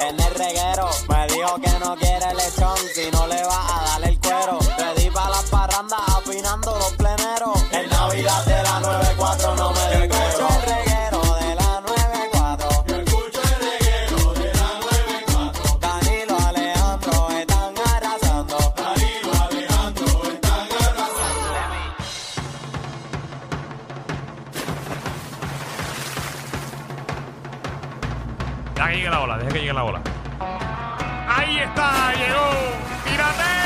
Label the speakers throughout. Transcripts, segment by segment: Speaker 1: en el reguero. Me dijo que no quiere lechón si no le va a dar el cuero. Le di para las parrandas afinando los pleneros. En Navidad de la 94 no me Yo escucho el reguero de la 94. Yo escucho el reguero de la 94. Danilo Alejandro están arrasando. Danilo Alejandro están arrasando.
Speaker 2: Deja que llegue la ola, deja que llegue la ola. Ahí está, llegó. ¡Tírate!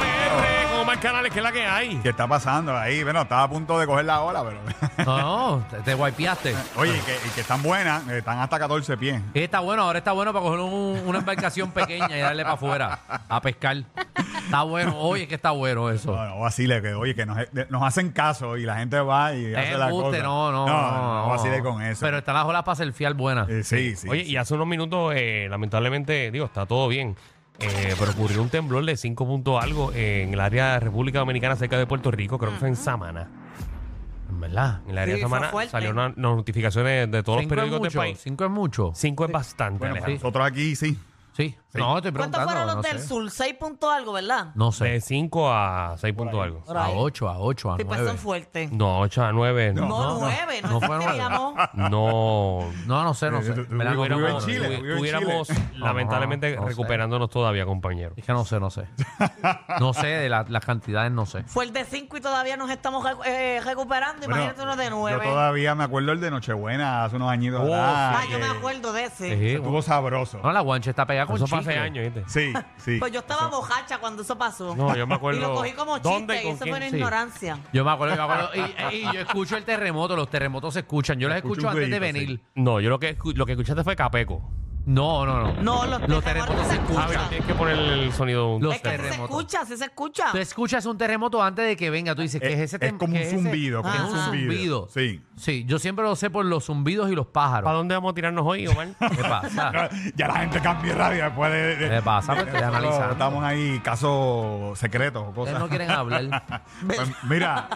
Speaker 2: PR con Omar Canales, que es la que hay.
Speaker 3: ¿Qué está pasando ahí? Bueno, estaba a punto de coger la ola, pero.
Speaker 4: No, no, te, te wipeaste.
Speaker 3: Oye, y que, y que están buenas, eh, están hasta 14 pies.
Speaker 4: Y Está bueno, ahora está bueno para coger un- una embarcación pequeña y darle para afuera a pescar. Está bueno, oye, que está bueno eso.
Speaker 3: No, no, vacile, que oye, que nos, de- nos hacen caso y la gente va y hace
Speaker 4: Es
Speaker 3: la
Speaker 4: embuste,
Speaker 3: cosa.
Speaker 4: no, no,
Speaker 3: No, no, no vacile con eso.
Speaker 4: Pero están las olas para surfear buenas.
Speaker 3: Eh, sí, sí.
Speaker 2: Oye, y hace unos minutos, eh, lamentablemente, digo, está todo bien. eh, pero ocurrió un temblor de 5 puntos algo eh, en el área de República Dominicana, cerca de Puerto Rico, creo que fue en Samana.
Speaker 4: En verdad.
Speaker 2: En el área
Speaker 5: Sí,
Speaker 2: de
Speaker 5: fue
Speaker 2: Samana
Speaker 5: fuerte.
Speaker 2: salieron las notificaciones de todos los
Speaker 4: Cinco es
Speaker 2: periódicos del
Speaker 4: mucho.
Speaker 2: país.
Speaker 4: Cinco es mucho. Sí.
Speaker 2: 5 es bastante.
Speaker 3: bueno,
Speaker 2: Alejandro.
Speaker 3: nosotros aquí sí.
Speaker 4: No, estoy preguntando.
Speaker 5: ¿Cuántos fueron los
Speaker 4: no
Speaker 5: del
Speaker 4: sé.
Speaker 5: sur? Seis puntos algo, ¿verdad?
Speaker 4: No
Speaker 2: De
Speaker 4: sé.
Speaker 2: 5 a 6 puntos algo.
Speaker 5: Por
Speaker 4: A
Speaker 5: ahí.
Speaker 4: ocho, a ocho, a
Speaker 5: Sí, pues
Speaker 4: nueve.
Speaker 5: son fuertes. No,
Speaker 2: No, 8 a 9. No.
Speaker 3: no, no.
Speaker 5: nueve, no,
Speaker 4: No
Speaker 5: no
Speaker 4: fue nueve.
Speaker 2: no
Speaker 4: No, no sé, no
Speaker 3: Eh,
Speaker 4: sé.
Speaker 3: tú- tú-
Speaker 4: Me la
Speaker 3: tú-
Speaker 4: comí,
Speaker 3: tú-
Speaker 4: no,
Speaker 3: en Chile.
Speaker 4: no, no.
Speaker 3: vivo en
Speaker 2: Estuviéramos,
Speaker 3: Chile.
Speaker 2: lamentablemente,
Speaker 4: No, no sé.
Speaker 2: recuperándonos todavía, compañero.
Speaker 4: Es que no sé, no sé. No sé, de la- las cantidades no sé.
Speaker 5: Fue el de cinco y todavía nos estamos recu- eh, recuperando.
Speaker 3: Bueno,
Speaker 5: Imagínate uno de
Speaker 3: Yo
Speaker 5: nueve.
Speaker 3: todavía me acuerdo el de Nochebuena hace unos añitos.
Speaker 2: Oh,
Speaker 3: atrás,
Speaker 5: Ah, yo me
Speaker 3: que
Speaker 5: acuerdo de ese.
Speaker 2: Sí.
Speaker 3: Estuvo sabroso.
Speaker 4: No, la guancha está pegada con
Speaker 2: Eso fue hace
Speaker 4: chicle.
Speaker 2: años, ¿viste?
Speaker 3: Sí, sí.
Speaker 5: Pues yo estaba mojacha cuando eso pasó.
Speaker 2: No, yo me acuerdo.
Speaker 5: Y lo cogí como
Speaker 2: ¿Dónde y
Speaker 5: chiste y
Speaker 2: con
Speaker 5: eso fue una
Speaker 2: quién?
Speaker 4: Sí.
Speaker 5: ignorancia.
Speaker 4: Yo me acuerdo, yo me acuerdo. Y, y yo escucho el terremoto, los terremotos se escuchan. Yo los
Speaker 3: Escucho
Speaker 4: escucho
Speaker 3: un
Speaker 4: antes de
Speaker 3: ruidito,
Speaker 4: venir.
Speaker 2: No, yo lo que, escu- lo que escuchaste fue Capeco.
Speaker 4: No, no, no.
Speaker 5: No, los,
Speaker 4: terremotos se
Speaker 2: Ah, mira, tienes que poner el sonido.
Speaker 4: Los
Speaker 5: Es que sí se
Speaker 4: terremotos.
Speaker 5: escucha, sí se escucha.
Speaker 4: Tú escuchas un terremoto antes de que venga. Tú dices, ¿qué es ese
Speaker 3: es
Speaker 4: tem-
Speaker 3: como
Speaker 4: qué
Speaker 3: un
Speaker 4: ese?
Speaker 3: zumbido. como
Speaker 5: Ah,
Speaker 4: es un zumbido.
Speaker 3: Sí.
Speaker 4: Sí, yo siempre lo sé por los zumbidos y los
Speaker 2: ¿Para
Speaker 4: pájaros.
Speaker 2: dónde vamos a tirarnos hoy, Omar?
Speaker 4: ¿Qué pasa?
Speaker 3: Ya la gente cambia radio después de. de-
Speaker 4: ¿Qué pasa? Pues, estoy analizando.
Speaker 3: Estamos ahí, casos secretos o
Speaker 4: Ustedes
Speaker 3: cosas.
Speaker 4: no quieren hablar.
Speaker 3: Pues mira,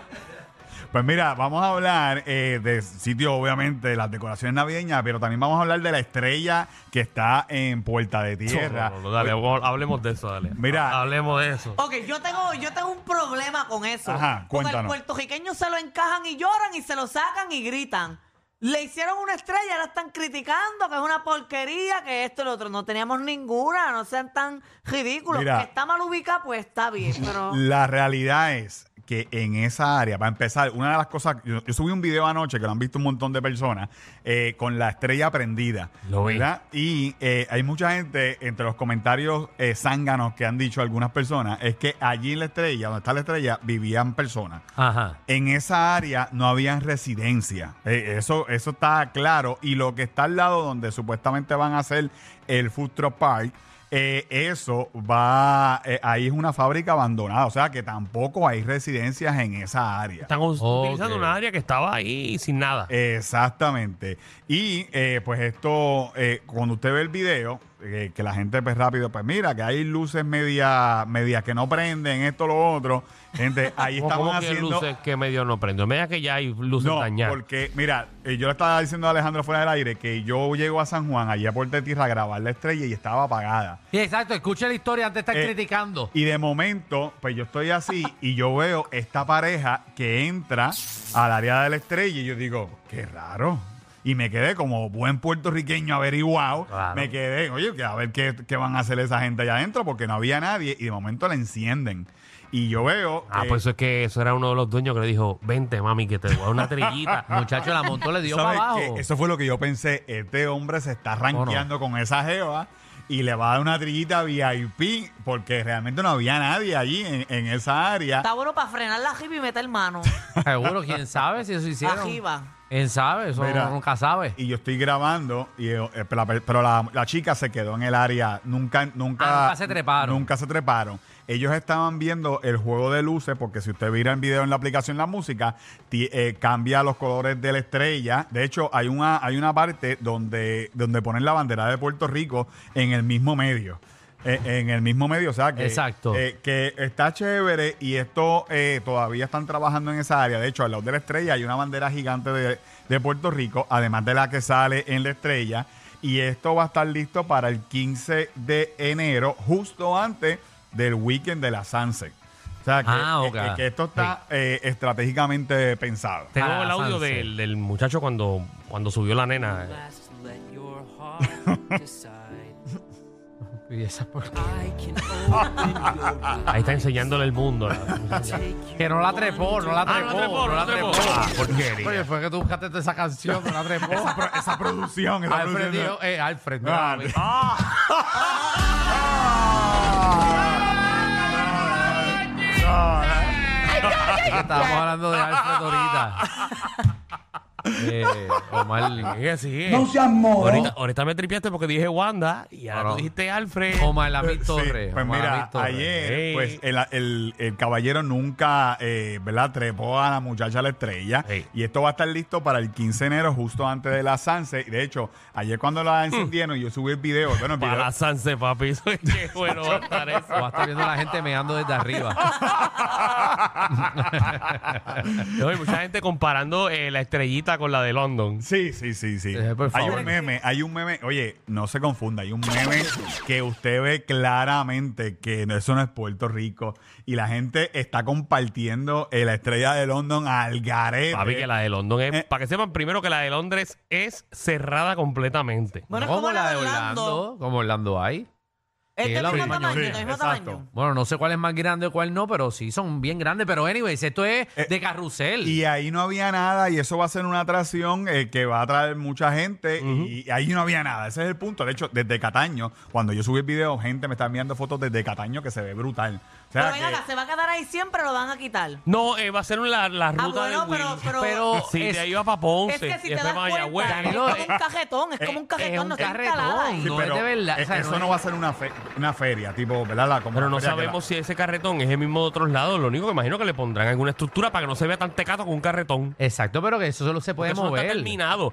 Speaker 3: pues mira, vamos a hablar eh, de sitio, obviamente, de las decoraciones navideñas, pero también vamos a hablar de la estrella que está en Puerta de Tierra.
Speaker 2: No, no, no, dale, vamos- hablemos de eso, dale.
Speaker 3: Mira.
Speaker 2: Hablemos de eso.
Speaker 5: Ok, yo tengo, yo tengo un problema con eso.
Speaker 3: Ajá,
Speaker 5: Porque
Speaker 3: cuéntanos.
Speaker 5: los puertorriqueños se lo encajan y lloran y se lo sacan y gritan. Le hicieron una estrella, ahora están criticando que es una porquería, que esto y lo otro. No teníamos ninguna, no sean tan ridículos.
Speaker 3: Mira.
Speaker 5: que está mal ubicada, pues está bien, pero...
Speaker 3: La realidad es que en esa área, para empezar, una de las cosas, yo, yo subí un video anoche que lo han visto un montón de personas eh, con la estrella prendida.
Speaker 2: Lo vi.
Speaker 3: ¿verdad? Y eh, hay mucha gente entre los comentarios eh, zánganos que han dicho algunas personas, es que allí en la estrella, donde está la estrella, vivían personas.
Speaker 4: Ajá.
Speaker 3: En esa área no habían residencia. Eh, eso, eso está claro. Y lo que está al lado donde supuestamente van a hacer el Food Truck Park, eh, eso va. eh, ahí es una fábrica abandonada. O sea que tampoco hay residencias en esa área.
Speaker 2: Están us-
Speaker 4: Ok.
Speaker 2: utilizando una área que estaba ahí sin nada.
Speaker 3: Eh, Exactamente. Y eh, pues esto, eh, cuando usted ve el video, eh, que la gente pues rápido, pues mira, que hay luces media, media que no prenden, esto, lo otro. Gente, ahí
Speaker 2: ¿Cómo-
Speaker 3: estaban
Speaker 2: cómo que
Speaker 3: haciendo...
Speaker 2: luces que medio no prendo? Mira que ya hay luces
Speaker 3: No,
Speaker 2: dañadas.
Speaker 3: porque, mira, eh, yo le estaba diciendo a Alejandro fuera del aire que yo llego a San Juan, allá por Tierra a grabar la estrella y estaba apagada.
Speaker 4: Sí, exacto, escucha la historia antes de estar
Speaker 3: Eh,
Speaker 4: criticando.
Speaker 3: Y de momento, pues yo estoy así y yo veo esta pareja que entra al área de la estrella y yo digo, qué raro. Y me quedé como buen puertorriqueño averiguado.
Speaker 4: Claro.
Speaker 3: Me quedé, oye, que a ver qué, qué van a hacer esa gente allá adentro porque no había nadie y de momento la encienden. Y yo veo.
Speaker 2: Ah,
Speaker 3: eh,
Speaker 2: pues eso es que eso era uno de los dueños que le dijo, vente, mami, que te voy a dar una trillita.
Speaker 4: Muchacho, la montó, le dio para
Speaker 3: ¿Sabes
Speaker 4: abajo.
Speaker 3: qué? Eso fue lo que yo pensé. Este hombre se está rankeando con esa jeva. y le va a dar una trillita VIP porque realmente no había nadie allí en, en esa área.
Speaker 5: Está bueno para frenar la jiba y meter mano.
Speaker 4: Seguro, quién sabe si eso hicieron.
Speaker 5: Arriba.
Speaker 4: ¿Quién sabe? Eso
Speaker 3: Mira.
Speaker 4: uno nunca sabe.
Speaker 3: Y yo estoy grabando, y, eh, pero, la, pero la- la chica se quedó en el área. Nunca, nunca,
Speaker 4: Ah, nunca se treparon.
Speaker 3: Nunca se treparon. Ellos estaban viendo el juego de luces, porque si usted mira el video en la aplicación La Música, ti- eh, cambia los colores de la estrella. De hecho, hay una, hay una parte donde, donde ponen la bandera de Puerto Rico en el mismo medio. Eh, en el mismo medio, o sea que,
Speaker 4: Exacto.
Speaker 3: eh, que está chévere y esto eh, todavía están trabajando en esa área. De hecho, al lado de la estrella hay una bandera gigante de, de Puerto Rico, además de la que sale en la estrella. Y esto va a estar listo para el 15 de enero, justo antes del weekend de la Sunset. O sea que,
Speaker 4: Ah, ok.
Speaker 3: que- que esto está eh, estratégicamente pensado.
Speaker 2: Tengo
Speaker 4: Ah,
Speaker 2: el audio
Speaker 4: Sanse.
Speaker 2: del, del muchacho cuando, cuando subió la nena.
Speaker 4: Y esa por-
Speaker 2: Ahí está enseñándole el mundo. la-
Speaker 4: Que no la trepó, no la
Speaker 2: Ah,
Speaker 4: trepó. no la trepó.
Speaker 2: Ah,
Speaker 4: Oye,
Speaker 2: porquería.
Speaker 4: fue que tú buscaste toda esa canción, no la trepó.
Speaker 3: Esa producción, esa
Speaker 4: Alfred
Speaker 3: producción.
Speaker 4: dijo, eh, Alfred, no,
Speaker 3: Ah,
Speaker 4: mami.
Speaker 3: Ah.
Speaker 4: estábamos hablando de Alfred ahorita. eh, Omar,
Speaker 2: Sigue, sigue.
Speaker 6: No seas moro.
Speaker 2: ahorita, ahorita me tripiaste porque dije Wanda y ahora
Speaker 4: No, no.
Speaker 2: tú dijiste Alfred.
Speaker 4: Omar Lamid
Speaker 3: Sí,
Speaker 4: Torres.
Speaker 3: pues
Speaker 4: Omar
Speaker 3: mira,
Speaker 4: Lamid Torres.
Speaker 3: ayer
Speaker 2: Ey.
Speaker 3: pues el, el- el caballero nunca, eh, ¿verdad? Trepó a la muchacha a la estrella.
Speaker 2: Ey.
Speaker 3: Y esto va a estar listo para el 15 de enero, justo antes de la Sanse. De hecho, ayer cuando la encendieron, yo subí el video. Bueno, el
Speaker 2: Para
Speaker 3: video,
Speaker 2: la Sanse, papi. Eso es que bueno va a estar eso.
Speaker 4: Vas a estar viendo a la gente meando desde arriba.
Speaker 2: No, hay mucha gente comparando eh, la estrellita con la de London.
Speaker 3: Sí, sí, sí, sí.
Speaker 4: Eh, por
Speaker 3: hay
Speaker 4: favor.
Speaker 3: un meme, hay un meme, oye, no se confunda, hay un meme que usted ve claramente que no- eso no es Puerto Rico y la gente está compartiendo eh, la estrella de London al garete.
Speaker 2: Papi, que la de London es.
Speaker 3: Eh.
Speaker 2: Para que sepan, primero que la de Londres es cerrada completamente.
Speaker 5: Bueno, es
Speaker 4: ¿Cómo
Speaker 5: como
Speaker 4: la de
Speaker 5: Orlando.
Speaker 4: Orlando? Como Orlando hay.
Speaker 5: Es
Speaker 4: Sí,
Speaker 5: del
Speaker 4: la
Speaker 5: mismo
Speaker 4: misma,
Speaker 5: tamaño,
Speaker 3: sí,
Speaker 5: del mismo
Speaker 3: exacto.
Speaker 5: tamaño.
Speaker 4: Bueno, no sé cuál es más grande o cuál no, pero sí son bien grandes. Pero, anyways, esto es de carrusel.
Speaker 3: Eh, Y ahí no había nada y eso va a ser una atracción eh, que va a atraer mucha gente y ahí no había nada. Ese es el punto. De hecho, desde Cataño, cuando yo subí el video, gente me está enviando fotos desde Cataño que se ve brutal. O sea
Speaker 5: Pero venga,
Speaker 3: que-
Speaker 5: acá, se va a quedar ahí siempre, lo van a quitar.
Speaker 2: No, eh, va a ser la, la ruta
Speaker 5: Ah, bueno,
Speaker 2: de Will.
Speaker 5: pero, pero,
Speaker 4: Pero
Speaker 2: si
Speaker 4: es-
Speaker 2: te iba para Ponce,
Speaker 5: es que si
Speaker 2: y
Speaker 5: te
Speaker 2: después
Speaker 5: das
Speaker 2: para
Speaker 5: cuenta,
Speaker 2: Mayagüez.
Speaker 5: es
Speaker 4: Danilo,
Speaker 5: como un cajetón, es como un
Speaker 4: es
Speaker 5: cajetón,
Speaker 4: un
Speaker 5: no está
Speaker 4: carretón.
Speaker 5: instalada ahí.
Speaker 4: No es
Speaker 3: pero,
Speaker 4: de verdad,
Speaker 3: eh,
Speaker 4: o sea,
Speaker 3: eso
Speaker 4: no
Speaker 3: no,
Speaker 4: es-
Speaker 3: va a ser una, fe- una feria, tipo, ¿verdad? La- como
Speaker 2: Pero
Speaker 3: la
Speaker 2: no
Speaker 3: feria que la-
Speaker 2: sabemos si ese carretón es el mismo de otros lados. Lo único que imagino que le pondrán alguna estructura para que no se vea tan tecato con un carretón.
Speaker 4: Exacto, pero que eso solo se
Speaker 2: Porque
Speaker 4: puede
Speaker 2: eso no está
Speaker 4: mover.
Speaker 2: terminado.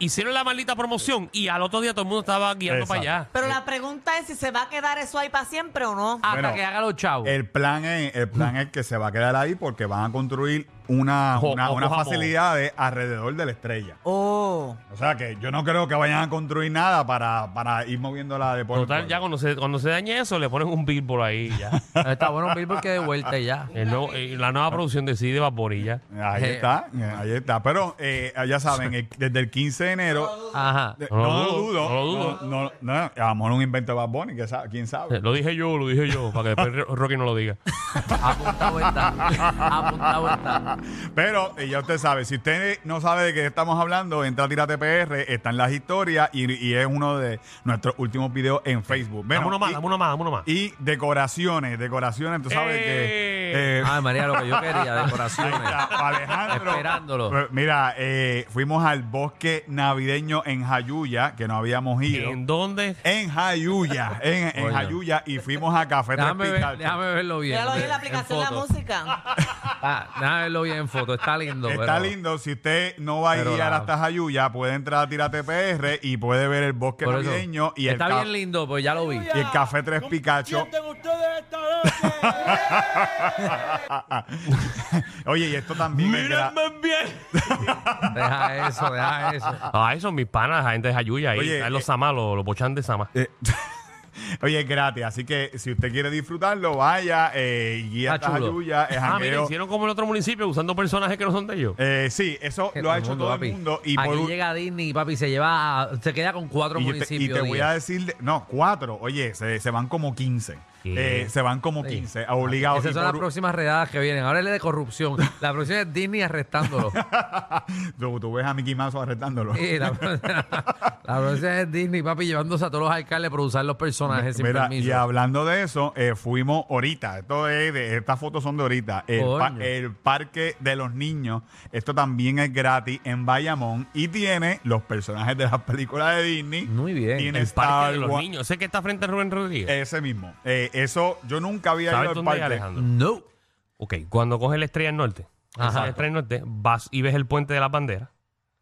Speaker 2: Hicieron la maldita promoción y al otro día todo el mundo estaba guiando para
Speaker 3: Exacto.
Speaker 2: allá.
Speaker 5: Pero la pregunta es si se va a quedar eso ahí para siempre o no.
Speaker 4: Hasta
Speaker 3: Bueno,
Speaker 4: que haga los chavos.
Speaker 3: El plan es, el plan es que se va a quedar ahí porque van a construir una,
Speaker 2: Jo-
Speaker 3: una,
Speaker 2: ojo,
Speaker 3: unas
Speaker 2: jamón.
Speaker 3: facilidades alrededor de la estrella.
Speaker 5: Oh.
Speaker 3: O sea que yo no creo que vayan a construir nada para, para ir moviéndola de por
Speaker 2: Total,
Speaker 3: por-
Speaker 2: ya cuando se, cuando se dañe eso, le ponen un billboard ahí y ya.
Speaker 4: Está bueno Billboard que de vuelta y ya.
Speaker 2: El nuevo- eh, la nueva producción de CD de Vapor y ya.
Speaker 3: Ahí
Speaker 4: Eh.
Speaker 3: está, eh, ahí está. Pero eh, ya saben, el- desde el 15 de enero.
Speaker 4: Ajá.
Speaker 3: de-
Speaker 2: No lo dudo, no lo dudo.
Speaker 3: No, no, no, a lo mejor un invento de Bad Bunny, que sa- quién
Speaker 2: Eh,
Speaker 3: sabe.
Speaker 2: Lo dije yo, lo dije yo, para que después Rocky no lo diga.
Speaker 4: Apuntado está. Apuntado está.
Speaker 3: Pero eh, ya usted sabe, si usted no sabe de qué estamos hablando, entra a Tírate PR, está en las historias y, y es uno de nuestros últimos videos en Facebook. Bueno,
Speaker 2: dame uno más,
Speaker 3: y-
Speaker 2: dame uno más, dame uno más.
Speaker 3: Y decoraciones, decoraciones, tú sabes que...
Speaker 2: ¡Eh!
Speaker 3: eh,
Speaker 4: Ay, María, lo que yo quería, decoraciones.
Speaker 3: ahí está, Alejandro.
Speaker 4: Esperándolo.
Speaker 3: Pues, Mira, eh, fuimos al bosque navideño en Jayuya, que no habíamos ido.
Speaker 2: ¿En dónde?
Speaker 3: En Jayuya, en, en
Speaker 4: Coño.
Speaker 3: Jayuya, y fuimos a Café Tres
Speaker 4: Déjame, ver-
Speaker 3: Picas.
Speaker 4: déjame verlo bien.
Speaker 5: Ya lo vi en la
Speaker 4: en
Speaker 5: aplicación de la
Speaker 4: foto.
Speaker 5: música.
Speaker 4: Ah, déjame verlo bien en foto. Está lindo.
Speaker 3: Está
Speaker 4: pero-
Speaker 3: lindo, si usted no va a
Speaker 4: pero
Speaker 3: guiar
Speaker 4: la-
Speaker 3: hasta Jayuya, puede entrar a Tírate PR y puede ver el bosque
Speaker 4: por eso.
Speaker 3: navideño y el,
Speaker 4: Está
Speaker 3: ca-
Speaker 4: bien lindo, pues ya lo vi.
Speaker 3: y el Café Tres Picacho. Oye, y esto también... es gra-
Speaker 2: bien!
Speaker 4: Deja eso, deja eso.
Speaker 2: Ah, son mis panas, la gente de Jayuya. Ahí
Speaker 3: Oye,
Speaker 2: están
Speaker 3: eh,
Speaker 2: los Sama, los, los bochan de Sama.
Speaker 3: Eh, Oye, es gratis, así que si usted quiere disfrutarlo, vaya, eh, guía
Speaker 4: Está
Speaker 3: a
Speaker 4: chulo.
Speaker 3: Jayuya, es
Speaker 2: Ah, mira,
Speaker 3: jangueo.
Speaker 2: hicieron como en otro municipio usando personajes que no son de ellos.
Speaker 3: Eh, sí, eso
Speaker 4: Que
Speaker 3: lo ha hecho todo
Speaker 4: papi.
Speaker 3: el mundo. Y,
Speaker 4: Aquí
Speaker 3: por, un-
Speaker 4: llega Disney, papi, se lleva, a- se queda con cuatro
Speaker 3: y yo te, y
Speaker 4: municipios.
Speaker 3: te voy
Speaker 4: diez.
Speaker 3: a decir, de- no, cuatro, oye, se, se van como 15. Eh, se van como 15, obligados.
Speaker 4: Esas
Speaker 3: Y
Speaker 4: son las
Speaker 3: por-
Speaker 4: próximas redadas que vienen. Ahora es la de corrupción. La próxima es Disney arrestándolo.
Speaker 3: tú, tú ves a Mickey Mouse arrestándolo.
Speaker 4: Sí, la, la próxima es Disney, papi, llevándose a todos los alcaldes por usar los personajes sin
Speaker 3: Mira,
Speaker 4: permiso.
Speaker 3: y hablando de eso, eh, fuimos ahorita. Esto es de- estas fotos son de ahorita. El, pa-
Speaker 4: Coño.
Speaker 3: el parque de los niños. Esto también es gratis en Bayamón y tiene los personajes de las películas de Disney.
Speaker 4: Muy bien.
Speaker 3: Tiene
Speaker 2: El
Speaker 3: Star
Speaker 2: parque de los
Speaker 3: Wars-
Speaker 2: niños. Ese que está frente a Rubén Rodríguez.
Speaker 3: Ese mismo. Eh, eso yo nunca había ido
Speaker 2: ¿Sabes
Speaker 3: al
Speaker 2: dónde es,
Speaker 3: parque. Mm.
Speaker 2: Alejandro?
Speaker 4: No.
Speaker 2: Ok, cuando coges la estrella del norte,
Speaker 4: Ajá.
Speaker 2: esa estrella del norte, vas y ves el puente de las banderas,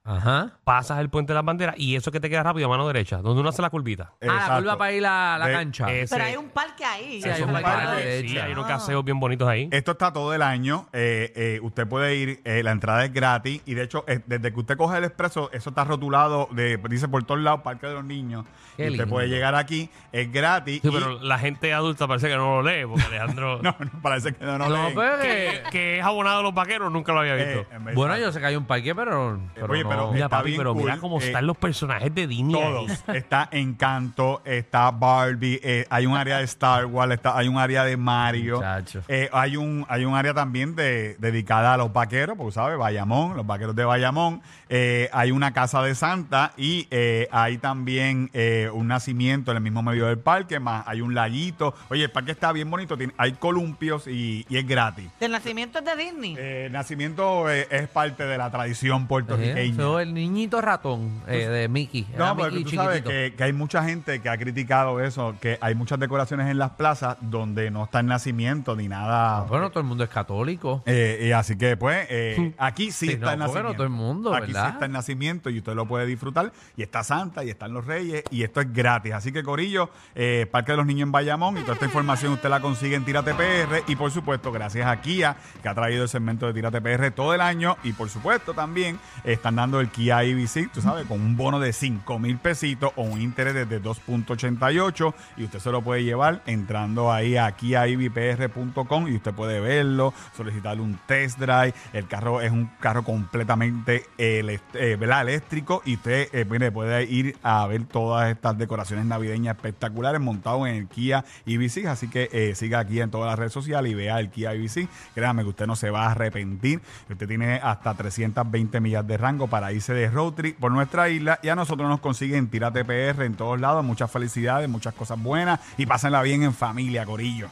Speaker 4: Ajá. Ah,
Speaker 2: pasas el puente de las banderas y eso que te queda rápido a mano derecha, donde uno hace la curvita.
Speaker 4: Ah, la
Speaker 3: Exacto.
Speaker 4: curva para ir a la
Speaker 3: Ve-
Speaker 4: cancha.
Speaker 2: Ese-
Speaker 5: Pero hay un parque ahí.
Speaker 4: Sí, hay
Speaker 2: eso
Speaker 4: un
Speaker 2: es
Speaker 4: parque
Speaker 2: parque,
Speaker 4: de
Speaker 2: sí,
Speaker 4: derecha. Ah.
Speaker 2: hay unos caseos bien bonitos ahí.
Speaker 3: Esto está todo el año. eh, eh, usted puede ir, eh, la entrada es gratis. Y de hecho, eh, desde que usted coge el expreso, eso está rotulado, de, dice por todos lados, Parque de los Niños.
Speaker 4: Qué
Speaker 3: Y usted
Speaker 4: lindo.
Speaker 3: puede llegar aquí, es gratis.
Speaker 2: Sí,
Speaker 3: y-
Speaker 2: pero la gente adulta parece que no lo lee, porque Alejandro,
Speaker 3: no, no, parece que no, no,
Speaker 4: No, pues.
Speaker 3: leen.
Speaker 2: que,
Speaker 4: pero-
Speaker 2: que es abonado a los vaqueros, nunca lo había
Speaker 3: Eh,
Speaker 2: visto.
Speaker 3: en verdad.
Speaker 4: Bueno, yo sé que hay un parque, pero. pero
Speaker 3: oye,
Speaker 4: no.
Speaker 3: pero-
Speaker 2: mira,
Speaker 3: está
Speaker 2: papi,
Speaker 3: bien
Speaker 2: pero mira
Speaker 3: cool,
Speaker 2: cómo
Speaker 3: eh,
Speaker 2: están los personajes de Disney. ahí.
Speaker 3: Todos. Está Encanto, está Barbie, eh, hay un área de Star Wars, está, hay un área de Mario.
Speaker 4: Muchacho.
Speaker 3: Eh, hay, un, hay un área también de, dedicada a los vaqueros, porque sabes, Bayamón, los vaqueros de Bayamón. Eh, hay una casa de Santa y eh, hay también eh, un nacimiento en el mismo medio del parque, más hay un laguito. Oye, el parque está bien bonito, tiene- hay columpios y, y es gratis.
Speaker 5: Del nacimiento es de Disney.
Speaker 3: Eh, el nacimiento eh, es parte de la tradición
Speaker 4: Eh,
Speaker 3: puertorriqueña.
Speaker 4: soy el niñito ratón eh, de Mickey. Era
Speaker 3: No, porque
Speaker 4: Mickey
Speaker 3: tú sabes
Speaker 4: chiquitito.
Speaker 3: que, que hay mucha gente que ha criticado eso, que hay muchas decoraciones en las plazas donde no está el nacimiento ni nada.
Speaker 4: Bueno, todo el mundo es católico.
Speaker 3: Eh, eh, así que, pues,
Speaker 4: Hmm.
Speaker 3: eh, aquí sí,
Speaker 4: Sí,
Speaker 3: está
Speaker 4: Pues no,
Speaker 3: el
Speaker 4: bueno,
Speaker 3: nacimiento.
Speaker 4: todo el mundo,
Speaker 3: Aquí
Speaker 4: ¿verdad?
Speaker 3: sí está el nacimiento y usted lo puede disfrutar. Y está Santa y están los Reyes y esto es gratis. Así que, Corillo, eh, Parque de los Niños en Bayamón y toda esta información usted la consigue en Tírate PR. Y, por supuesto, gracias a Kia, que ha traído el segmento de Tírate PR todo el año. Y, por supuesto, también están dando el Kia IBC, tú sabes, con un bono de 5 mil pesitos o un interés desde 2.88 y usted se lo puede llevar entrando ahí a kiaibpr.com y usted puede verlo, solicitarle un test drive. El carro es un carro completamente ele- eh, ¿verdad? eléctrico y usted eh, mire, puede ir a ver todas estas decoraciones navideñas espectaculares montado en el Kia IBC. Así que eh, siga aquí en todas las redes sociales y vea el Kia IBC. Créame que usted no se va a arrepentir. Usted tiene hasta 320 millas de rango para irse de road trip por nuestra isla y a nosotros nos consiguen Tírate PR en todos lados. Muchas felicidades, muchas cosas buenas y pásenla bien en familia, Corillo.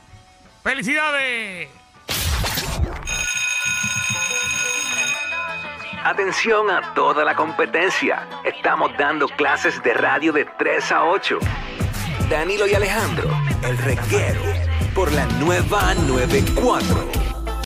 Speaker 2: ¡Felicidades!
Speaker 6: Atención a toda la competencia. Estamos dando clases de radio de 3 a 8. Danilo y Alejandro, el reguero, por la nueva 94.